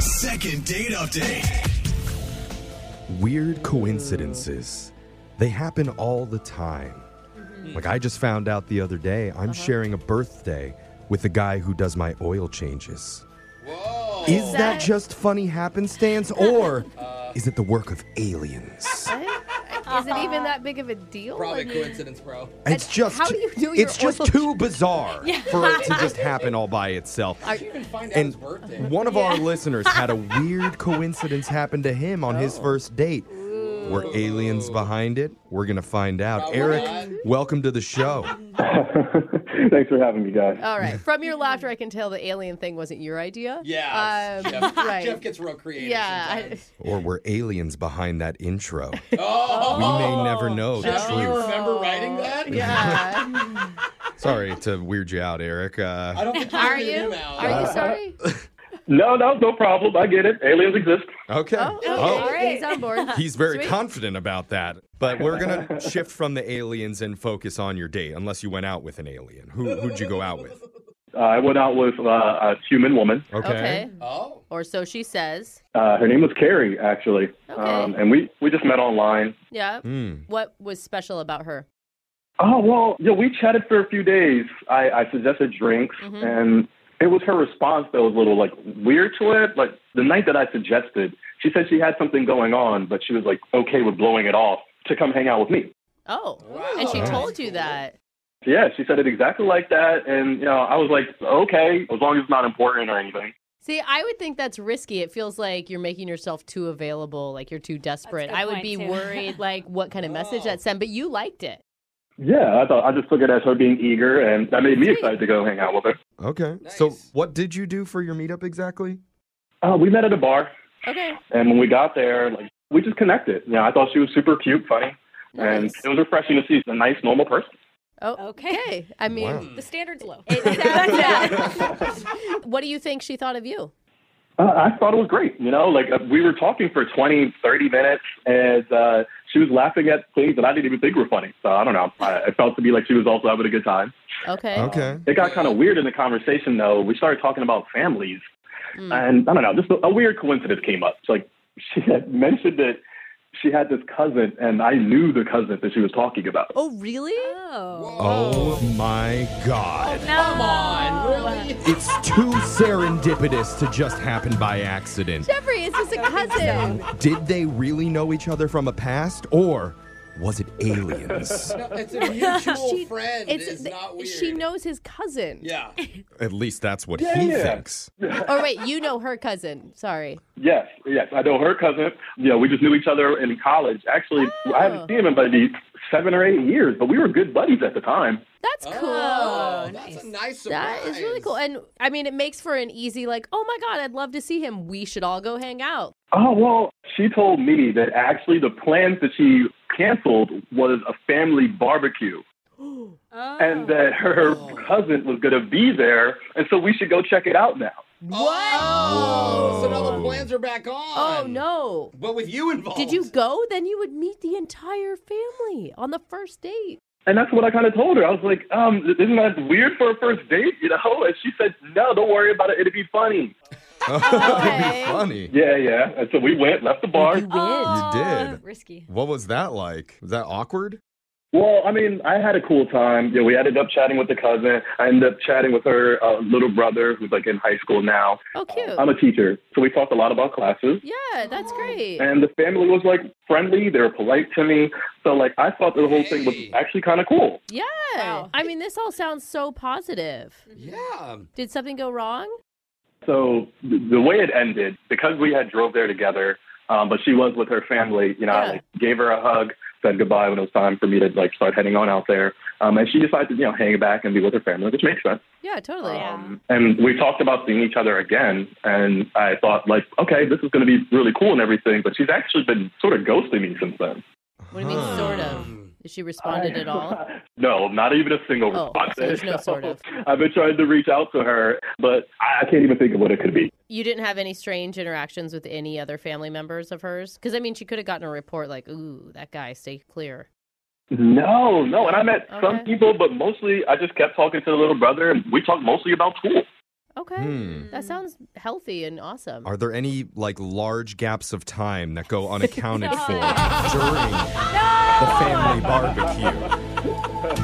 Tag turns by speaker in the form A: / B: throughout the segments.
A: Second date update.
B: weird coincidences. They happen all the time.
C: Mm-hmm.
B: Like I just found out the other day,
C: Uh-huh.
B: I'm sharing a birthday with the guy who does my oil changes. Whoa. Is that just funny happenstance or is it the work of aliens?
C: Is it even that big of a deal?
D: Uh-huh. Probably
C: I mean,
D: coincidence, bro.
B: It's just
C: how do you do
B: it's
C: your
B: just
C: oil
B: too bizarre for it to just happen all by itself.
D: Did you even find out
B: And
D: his birthday?
B: one of our listeners had a weird coincidence happen to him on
D: Oh.
B: his first date. Were aliens behind it? We're going to find out.
D: Probably
B: Eric,
D: not.
B: welcome to the show.
E: Thanks for having me, guys.
C: All right. From your laughter, I can tell the alien thing wasn't your idea.
D: Yeah.
C: Um,
D: Jeff,
C: right.
D: Jeff gets real creative.
C: yeah. I,
D: sometimes.
B: Or were aliens behind that intro?
D: Oh,
B: We may never know the
D: Jeff, do you
B: truth.
D: remember writing that?
C: Oh. yeah.
B: Sorry to weird you out, Eric.
D: I
B: Uh,
D: don't think
C: Are
D: you
C: you?
D: do now.
C: Are you sorry?
E: No, no, no problem. I get it. Aliens exist.
B: okay.
C: Oh,
B: Oh.
C: Okay. All right. He's on board.
B: He's very
C: Sweet.
B: confident about that. But we're going to shift from the aliens and focus on your date, unless you went out with an alien. Who, who'd you go out with?
E: Uh, I went out with uh, a human woman.
C: Okay.
D: Oh,
C: Or so she says.
E: Uh, her name was Carrie, actually.
C: Okay.
E: Um, and we, we just met online.
C: Yeah.
B: Hmm.
C: What was special about her?
E: Oh, well, yeah, we chatted for a few days. I, I suggested drinks, and it was her response that was a little, like, weird to it. Like, the night that I suggested, she said she had something going on, but she was, like, okay with blowing it off to come hang out with me.
C: Oh. And she
D: Wow.
C: told you that.
E: Yeah, she said it exactly like that. And, you know, I was like, okay, as long as it's not important or anything.
C: See, I would think that's risky. It feels like you're making yourself too available, like you're too desperate.
F: good
C: I would
F: point,
C: be
F: too.
C: worried, like, what kind of
D: Oh.
C: message that sent, but you liked it.
E: Yeah, I thought I just took it as her being eager, and that made me excited to go hang out with her.
B: Okay. So,
D: Nice.
B: what did you do for your meetup exactly?
E: Uh, we met at a bar,
C: Okay.
E: and when we got there, like we just connected. You know, I thought she was super cute, funny, and
C: Nice.
E: it was refreshing to see a nice, normal person.
C: Oh, okay.
F: Okay.
C: I mean,
B: Wow.
F: The standard's low.
C: Yeah. what do you think she thought of you?
E: Uh, I thought it was great. You know, like uh, we were talking for twenty, thirty minutes, and uh, she was laughing at things that I didn't even think were funny. So I don't know. I, I felt to be like she was also having a good time.
C: Okay.
B: Okay.
E: It got kind of weird in the conversation, though. We started talking about families, and I don't know, just a, a weird coincidence came up. It's like she had mentioned that she had this cousin, and I knew the cousin that she was talking about.
C: Oh, really?
F: Oh.
B: Oh my God.
F: Come on.
B: It's too serendipitous to just happen by accident.
C: Jeffrey, it's just a cousin.
B: Did they really know each other from a past, or was it aliens?
D: no, it's a mutual
C: She-
D: friend. It's,
C: It's,
D: not weird.
C: she knows his cousin.
D: Yeah.
B: At least that's what
E: Yeah,
B: he
E: yeah.
B: thinks.
C: Or wait, you know her cousin. Sorry.
E: Yes, yes, I know her cousin. You know, we just knew each other in college. Actually, I haven't seen him in maybe seven or eight years, but we were good buddies at the time.
C: That's cool.
D: Oh, that's a nice surprise.
C: That is really cool. And I mean, it makes for an easy, like, oh my God, I'd love to see him. We should all go hang out.
E: Oh well, she told me that actually the plans that she canceled was a family barbecue. and that her cousin was going to be there, and so we should go check it out now.
C: What?
D: Oh, so now the plans are back on.
C: Oh no.
D: But with you involved.
C: Did you go? Then you would meet the entire family on the first date.
E: And that's what I kind of told her. I was like, um, isn't that weird for a first date? You know? And she said, no, don't worry about it. It'll be funny.
B: Funny.
E: Yeah, yeah. And so we went, left the bar.
B: You did.
G: Risky.
B: What was that like? Was that awkward?
E: Well, I mean, I had a cool time. Yeah, we ended up chatting with the cousin. I ended up chatting with her uh, little brother, who's like in high school now.
C: Oh, cute.
E: I'm a teacher, so we talked a lot about classes.
C: Yeah, that's great.
E: And the family was like friendly. They were polite to me. So like, I thought the whole thing was actually kind of cool.
C: yeah. I mean, this all sounds so positive.
D: Yeah.
C: Did something go wrong?
E: So th- the way it ended, because we had drove there together, um, but she was with her family. You know, I like, gave her a hug, said goodbye when it was time for me to like start heading on out there, um, and she decided to you know hang back and be with her family, which makes sense.
C: Yeah, totally.
E: And we talked about seeing each other again, and I thought like, okay, this is going to be really cool and everything, but she's actually been sort of ghosting me since then.
C: What do you mean, sort of? Has she responded at all?
E: No, not even a single
C: Oh,
E: response.
C: so there's no sort of.
E: I've been trying to reach out to her, but I I can't even think of what it could be.
C: You didn't have any strange interactions with any other family members of hers? Because, I mean, she could have gotten a report like, ooh, that guy, stay clear.
E: No, no. And I met some
C: Okay.
E: people, but mostly I just kept talking to the little brother, and we talked mostly about school.
C: Okay. That sounds healthy and awesome.
B: Are there any like large gaps of time that go unaccounted
C: No.
B: for during the family barbecue?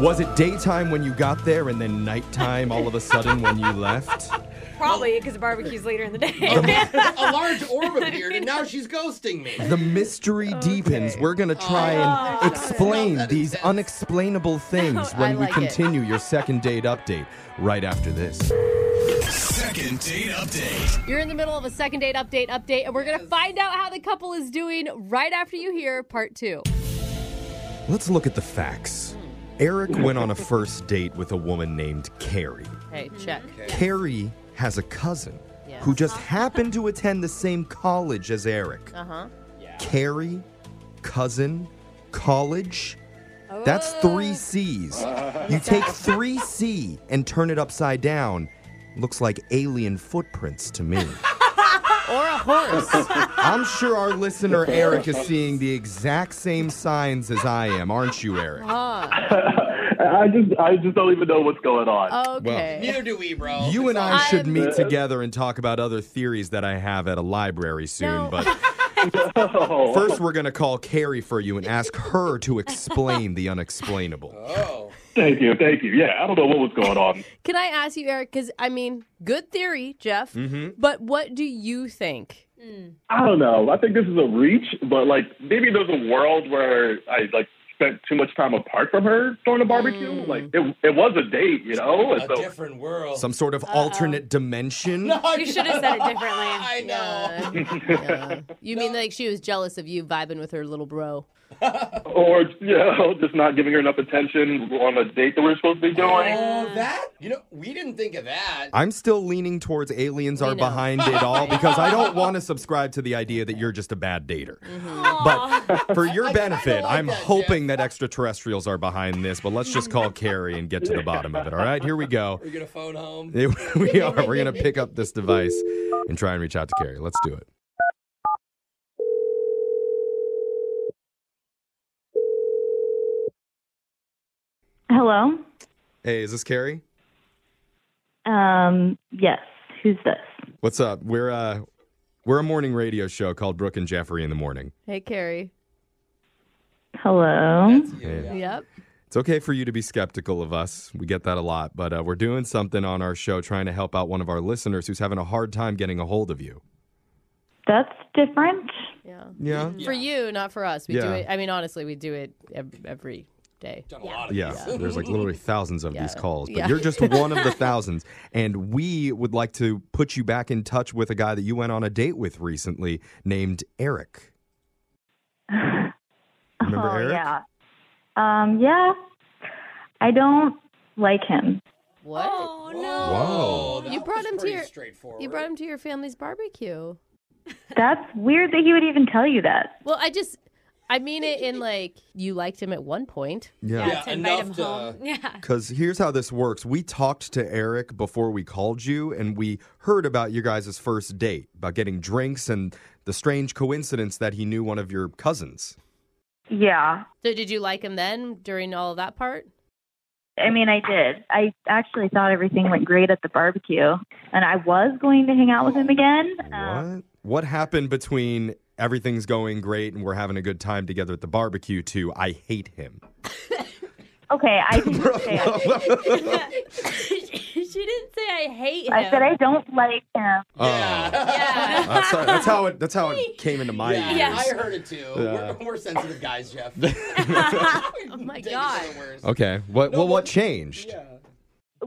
B: Was it daytime when you got there and then nighttime all of a sudden when you left?
G: Probably because the barbecue's later in the day.
D: a large orb appeared, and now she's ghosting me.
B: The mystery deepens. We're going to try and explain these unexplainable things when we
D: like it.
B: continue your second date update right after this.
H: Second date update.
C: You're in the middle of a second date update update, and we're going to find out how the couple is doing right after you hear part two.
B: Let's look at the facts. Eric went on a first date with a woman named Carrie.
C: Hey, check.
B: Carrie has a cousin
C: Yeah.
B: who just happened to attend the same college as Eric.
C: Uh huh.
B: Carrie, cousin, college. That's
C: Oh.
B: three C's. You take three C and turn it upside down. Looks like alien footprints to me.
C: Or a horse.
B: I'm sure our listener Eric is seeing the exact same signs as I am, aren't you, Eric?
E: I just, I just don't even know what's going on.
B: Okay.
D: Neither do we, bro.
B: You and I
D: I'm-
B: should meet together and talk about other theories that I have at a library soon, but
C: Oh.
B: first we're going to call Carrie for you and ask her to explain the unexplainable.
D: oh,
E: Thank you, thank you. Yeah, I don't know what was going on.
C: Can I ask you, Eric? Because, I mean, good theory, Jeff,
B: Mm-hmm.
E: Mhm.
C: but what do you think?
E: I don't know. I think this is a reach, but like maybe there's a world where I like spent too much time apart from her during the barbecue.
C: Mm.
E: Like it, it was a date, you know. And
D: A
E: so,
D: different world.
B: Some sort of alternate dimension?
G: you should have said it differently.
D: I know.
C: You mean like she was jealous of you vibing with her little bro?
E: or you know, just not giving her enough attention on a date that we're supposed to be doing.
D: Oh, that? You know, we didn't think of that.
B: I'm still leaning towards aliens
D: We
B: are
D: know.
B: behind it all because I don't want to subscribe to the idea that you're just a bad dater.
D: Mm-hmm.
B: But for your benefit, I'm hoping that extraterrestrials are behind this, but let's just call Carrie and get to the bottom of it. All right, here we go.
D: We're going to phone home.
B: we are. We're going to pick up this device and try and reach out to Carrie. Let's do it.
I: Hello.
B: Hey, is this Carrie?
I: Um, yes. Who's this?
B: What's up? We're uh we're a morning radio show called Brooke and Jeffrey in the morning.
C: Hey, Carrie.
I: Hello.
B: Hey.
C: Yep.
B: It's okay for you to be skeptical of us. We get that a lot, but uh, we're doing something on our show trying to help out one of our listeners who's having a hard time getting a hold of you.
I: That's different.
C: Yeah.
B: Yeah.
C: For you, not for us. We do
B: Yeah.
C: it. I mean, honestly, we do it ev- every day. yeah.
B: Yeah, there's like literally thousands of these calls, but
C: Yeah.
B: you're just one of the thousands. And we would like to put you back in touch with a guy that you went on a date with recently named Eric. Remember
I: oh
B: Eric?
I: yeah. Um, yeah. I don't like him.
C: What? Oh
B: Whoa.
C: You brought him to your.
D: straightforward.
C: You brought him to your family's barbecue.
I: That's weird that he would even tell you that.
C: Well, I just. I mean it in like you liked him at one point.
B: Yeah. Yeah,
J: to invite
C: enough
J: him
C: to-
J: home. Yeah.
B: Because here's how this works. We talked to Eric before we called you, and we heard about your guys' first date, about getting drinks and the strange coincidence that he knew one of your cousins.
I: Yeah.
C: So did you like him then during all of that part?
I: I mean, I did. I actually thought everything went great at the barbecue, and I was going to hang out with him again. Um,
B: What? What happened between everything's going great and we're having a good time together at the barbecue to I hate him?
I: Okay, I didn't say I,
C: she didn't say I hate him.
I: I said I don't like him.
B: Oh. I'm sorry. That's how it. That's how it came into my
D: Yeah,
B: ears.
D: I heard it too.
B: Oh. Yeah.
D: We're, we're sensitive guys, Jeff.
C: oh my god.
B: Okay. What? well, what changed?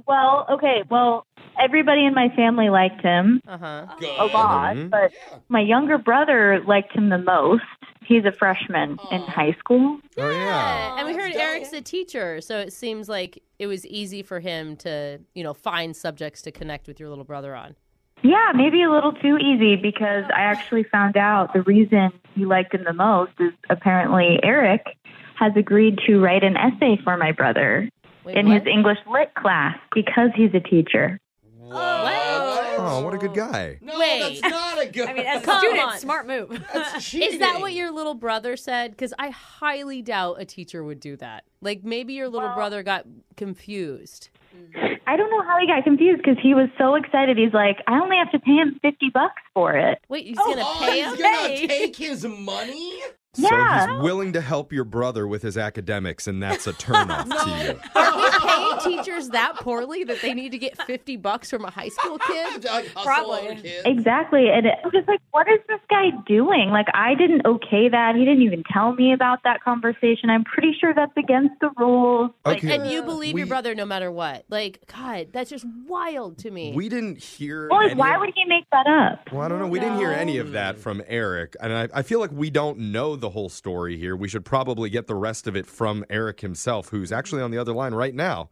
I: Well, okay. Well, everybody in my family liked him
C: Uh-huh.
I: a lot,
B: Mhm.
I: but my younger brother liked him the most. He's a freshman in high school.
B: Oh yeah.
C: And we heard Eric's a teacher, so it seems like it was easy for him to, you know, find subjects to connect with your little brother on.
I: Yeah, maybe a little too easy because I actually found out the reason he liked him the most is apparently Eric has agreed to write an essay for my brother
C: Wait,
I: in
C: what?
I: his English lit class because he's a teacher.
B: Oh, what a good guy.
C: No, Wait. that's
D: not a good.
J: I mean, as a
C: Come
J: student,
C: on.
J: smart move.
C: Is that what your little brother said? Because I highly doubt a teacher would do that. Like maybe your little brother got confused.
I: I don't know how he got confused because he was so excited. He's like, I only have to pay him 50 bucks for it.
C: Wait, he's
D: oh,
C: gonna pay him.
D: he's gonna take his money?
B: So he's willing to help your brother with his academics, and that's a turnoff to you.
C: Are we paying teachers that poorly that they need to get fifty bucks from a high school kid? Probably.
I: Exactly. And it- I was just like, what is this guy doing? Like, I didn't okay that. He didn't even tell me about that conversation. I'm pretty sure that's against the rules.
C: Like,
B: Okay.
C: and you believe your
B: We-
C: brother no matter what. Like, God, that's just wild to me.
B: We didn't hear.
I: Well,
B: any
I: why
B: of-
I: would he make that up?
B: Well, I don't know. We didn't hear any of that from Eric, and I, I feel like we don't know the whole story here. We should probably get the rest of it from Eric himself, who's actually on the other line right now.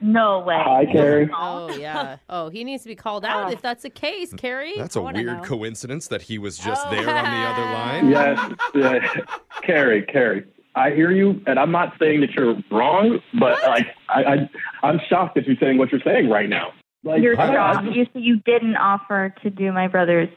I: No way.
B: Hi, Carrie.
C: Oh yeah. Oh, he needs to be called out
D: Ah.
C: if that's the case, Carrie.
B: That's a weird coincidence that he was just there on the other line.
E: Yes, yes. Carrie, Carrie, I hear you, and I'm not saying that you're wrong, but like I, I, I'm shocked that you're saying what you're saying right now. Like,
I: Your
E: I-
I: job.
E: I-
I: You see, you didn't offer to do my brother's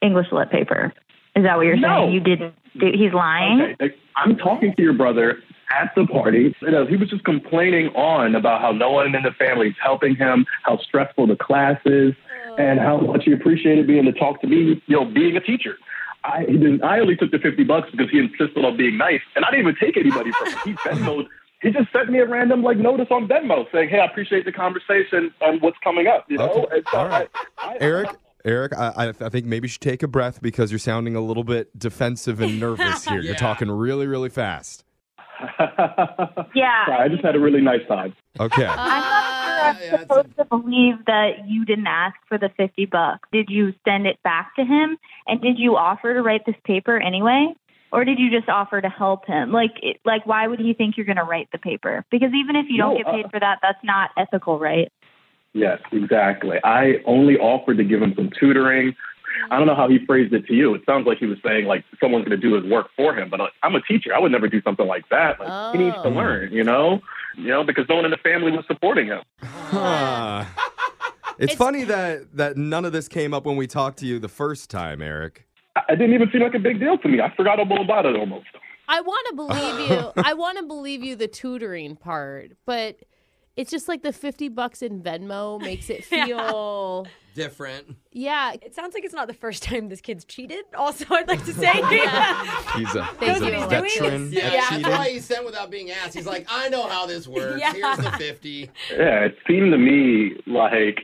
I: English lit paper. Is that what you're
E: No.
I: saying? You didn't. Do, he's lying.
E: Okay, like, I'm talking to your brother at the party. You know, he was just complaining on about how no one in the family is helping him, how stressful the class is, and how much he appreciated being to talk to me, you know, being a teacher. I he didn't, I only took the fifty bucks because he insisted on being nice, and I didn't even take anybody from him. He Venmoed. He just sent me a random like notice on Venmo saying, "Hey, I appreciate the conversation and what's coming up." You know, and so I, I,
B: Eric, Eric, I, I- I think maybe you should take a breath because you're sounding a little bit defensive and nervous here. You're talking really, really fast.
I: Yeah.
E: Sorry, I just had a really nice time.
B: Okay.
J: Uh,
I: I'm not
C: Oh,
I: sure I'm supposed to believe that you didn't ask for the 50 bucks. Did you send it back to him? And did you offer to write this paper anyway? Or did you just offer to help him? Like, it, like, why would he think you're going to write the paper? Because even if you don't
E: No,
I: get
E: uh,
I: paid for that, that's not ethical, right?
E: Yes, exactly. I only offered to give him some tutoring. I don't know how he phrased it to you. It sounds like he was saying like someone's going to do his work for him, but like, I'm a teacher. I would never do something like that. Like, He needs to learn, you know, you know, because no one in the family was supporting him.
B: Huh. It's, funny that that none of this came up when we talked to you the first time, Eric.
E: I didn't even seem like a big deal to me. I forgot all about it almost.
C: I want to believe you. I want to believe you the tutoring part, but it's just like the 50 bucks in Venmo makes it feel
D: Different.
C: yeah.
J: It sounds like it's not the first time this kid's cheated. Also, I'd like to say,
B: He's a,
J: Thank
B: he's a
J: you. Doing this.
B: veteran
D: Yeah,
B: at
D: that's
B: cheating.
D: why he sent without being asked. He's like, I know how this works.
J: Yeah.
D: Here's the fifty.
E: Yeah, it seemed to me like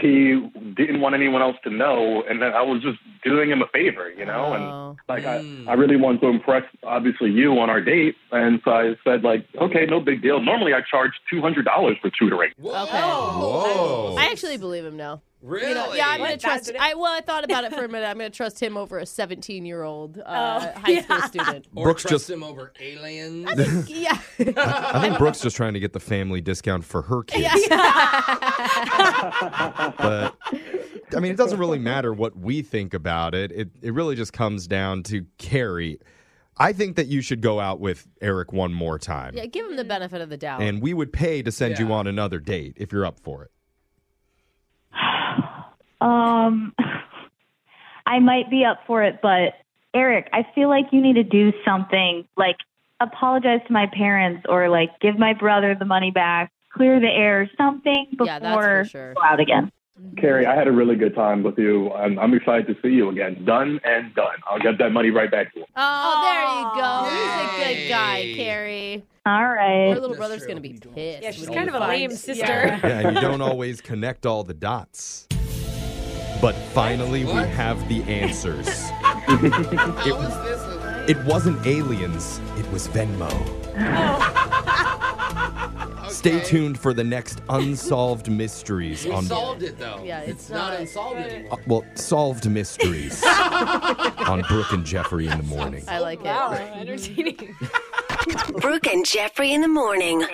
E: he didn't want anyone else to know, and that I was just doing him a favor, you know. And like I, I really wanted to impress, obviously, you on our date, and so I said like, okay, no big deal. Normally, I charge two hundred dollars for tutoring.
C: Okay.
B: Whoa.
C: I actually believe him now.
D: Really?
C: yeah, I'm gonna
J: What,
C: trust.
J: that's-
C: I well, I thought about it for a minute. I'm gonna trust him over a 17 year old uh,
K: Oh,
C: high school student.
D: Or
B: Brooks
D: trust
B: just-
D: him over aliens.
C: Yeah.
B: I think Brooke's just trying to get the family discount for her kids. but I mean, it doesn't really matter what we think about it. It it really just comes down to Carrie. I think that you should go out with Eric one more time.
C: Yeah, give him
K: Mm-hmm.
C: the benefit of the doubt.
B: And we would pay to send you on another date if you're up for it.
I: Um, I might be up for it, but Eric, I feel like you need to do something like apologize to my parents or like give my brother the money back, clear the air, something before
C: Yeah, that's for sure.
I: go out again.
L: Carrie, I had a really good time with you. I'm, I'm excited to see you again. Done and done. I'll get that money right back to you.
C: Oh, there you go. He's a good guy, Carrie.
I: All right.
C: Her little brother's going to be pissed. Yeah, she's
K: kind of a lame sister.
B: yeah, and you don't always connect all the dots. But finally, we have the answers. it, it wasn't aliens, it was Venmo.
D: Oh.
B: Stay tuned for the next Unsolved Mysteries
D: We
B: on.
D: solved it though.
C: Yeah, it's,
D: not,
C: not-
D: unsolved anymore.
B: Uh, well, Solved Mysteries on Brooke and Jeffrey in the morning.
C: I like
K: Wow,
C: it.
K: entertaining.
M: Brooke and Jeffrey in the morning.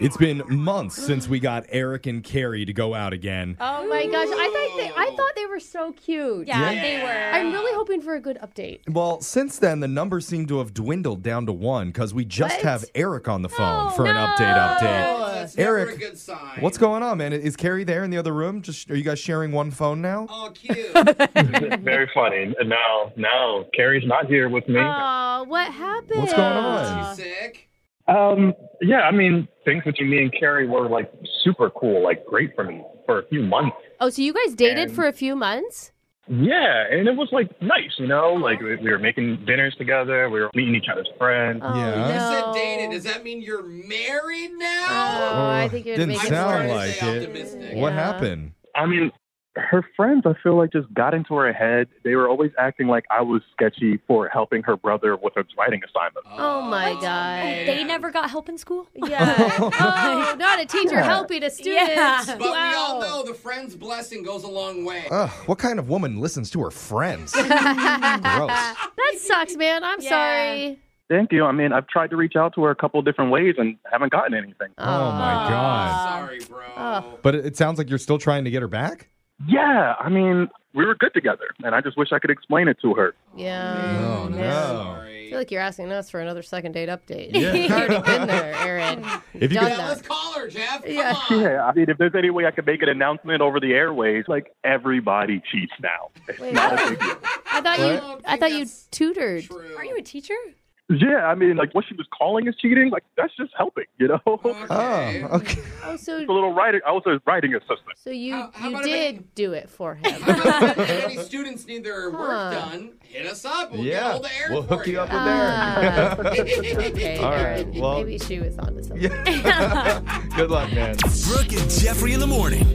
B: It's been months since we got Eric and Carrie to go out again.
C: Oh my gosh! I thought they, I thought they were so cute.
B: Yeah, Yeah. they
K: were.
C: I'm really hoping for a good update.
B: Well, since then, the numbers seem to have dwindled down to one because we just
C: What?
B: have Eric on the phone for an update. Update.
C: uh,
D: That's never
B: Eric,
D: a good sign.
B: what's going on, man? Is Carrie there in the other room? Just are you guys sharing one phone now?
D: Oh, cute.
E: Very funny. No, no, Carrie's not here with me.
C: Oh, what happened?
E: What's going
C: Uh,
E: on?
D: She's sick.
E: Um, yeah, I mean, things between me and Carrie were like super cool, like great for me for a few months.
C: Oh, so you guys dated for a few months?
E: Yeah, and it was like nice, you know, like we, we were making dinners together, we were meeting each other's friends.
C: Oh,
D: You said dated. Does that mean you're married now?
C: Oh, I think you're
B: didn't
C: making
B: sound like
C: sense.
B: it. What happened?
E: I mean, her friends, I feel like, just got into her head. They were always acting like I was sketchy for helping her brother with his writing assignment.
C: Oh my god!
K: They never got help in school?
C: Yeah. oh, not a teacher
B: Yeah.
C: helping a student.
K: Yeah.
D: But we
C: Wow.
D: all know the friend's blessing goes a long way.
B: Ugh, what kind of woman listens to her friends? Oh Gross.
C: that sucks, man. I'm sorry.
E: Thank you. I mean, I've tried to reach out to her a couple different ways and haven't gotten anything.
B: Oh my god.
D: Sorry, bro.
B: But it it sounds like you're still trying to get her back.
E: Yeah, I mean, we were good together, and I just wish I could explain it to her.
C: Yeah.
B: Oh no.
C: I feel like you're asking us for another second date update. You've already been there, Aaron.
E: If you
C: Done
E: could-
C: that.
D: Let's call her, Jeff. Come
C: Yeah.
D: on.
E: Yeah, I mean, if there's any way I could make an announcement over the airways, like everybody cheats now. It's
C: Wait.
E: not a big deal.
C: I
E: What?
C: thought
E: I
C: you. I thought you tutored. Are you a teacher?
E: Yeah, I mean, like what she was calling is cheating. Like that's just helping, you know.
B: Oh, okay.
C: Oh, so
E: a little writing. I was a writing assistant.
C: so you you
D: about if
C: did do it for him.
D: if any students need their work
C: Huh.
D: done, hit us up. We'll
B: Yeah,
D: get all the air
B: we'll
D: for
B: hook you up with
C: Ah.
D: Eric.
C: okay,
B: All right,
C: Aaron,
B: well-
C: maybe she was onto something.
B: Good luck, man.
N: Brooke and Jeffrey in the morning.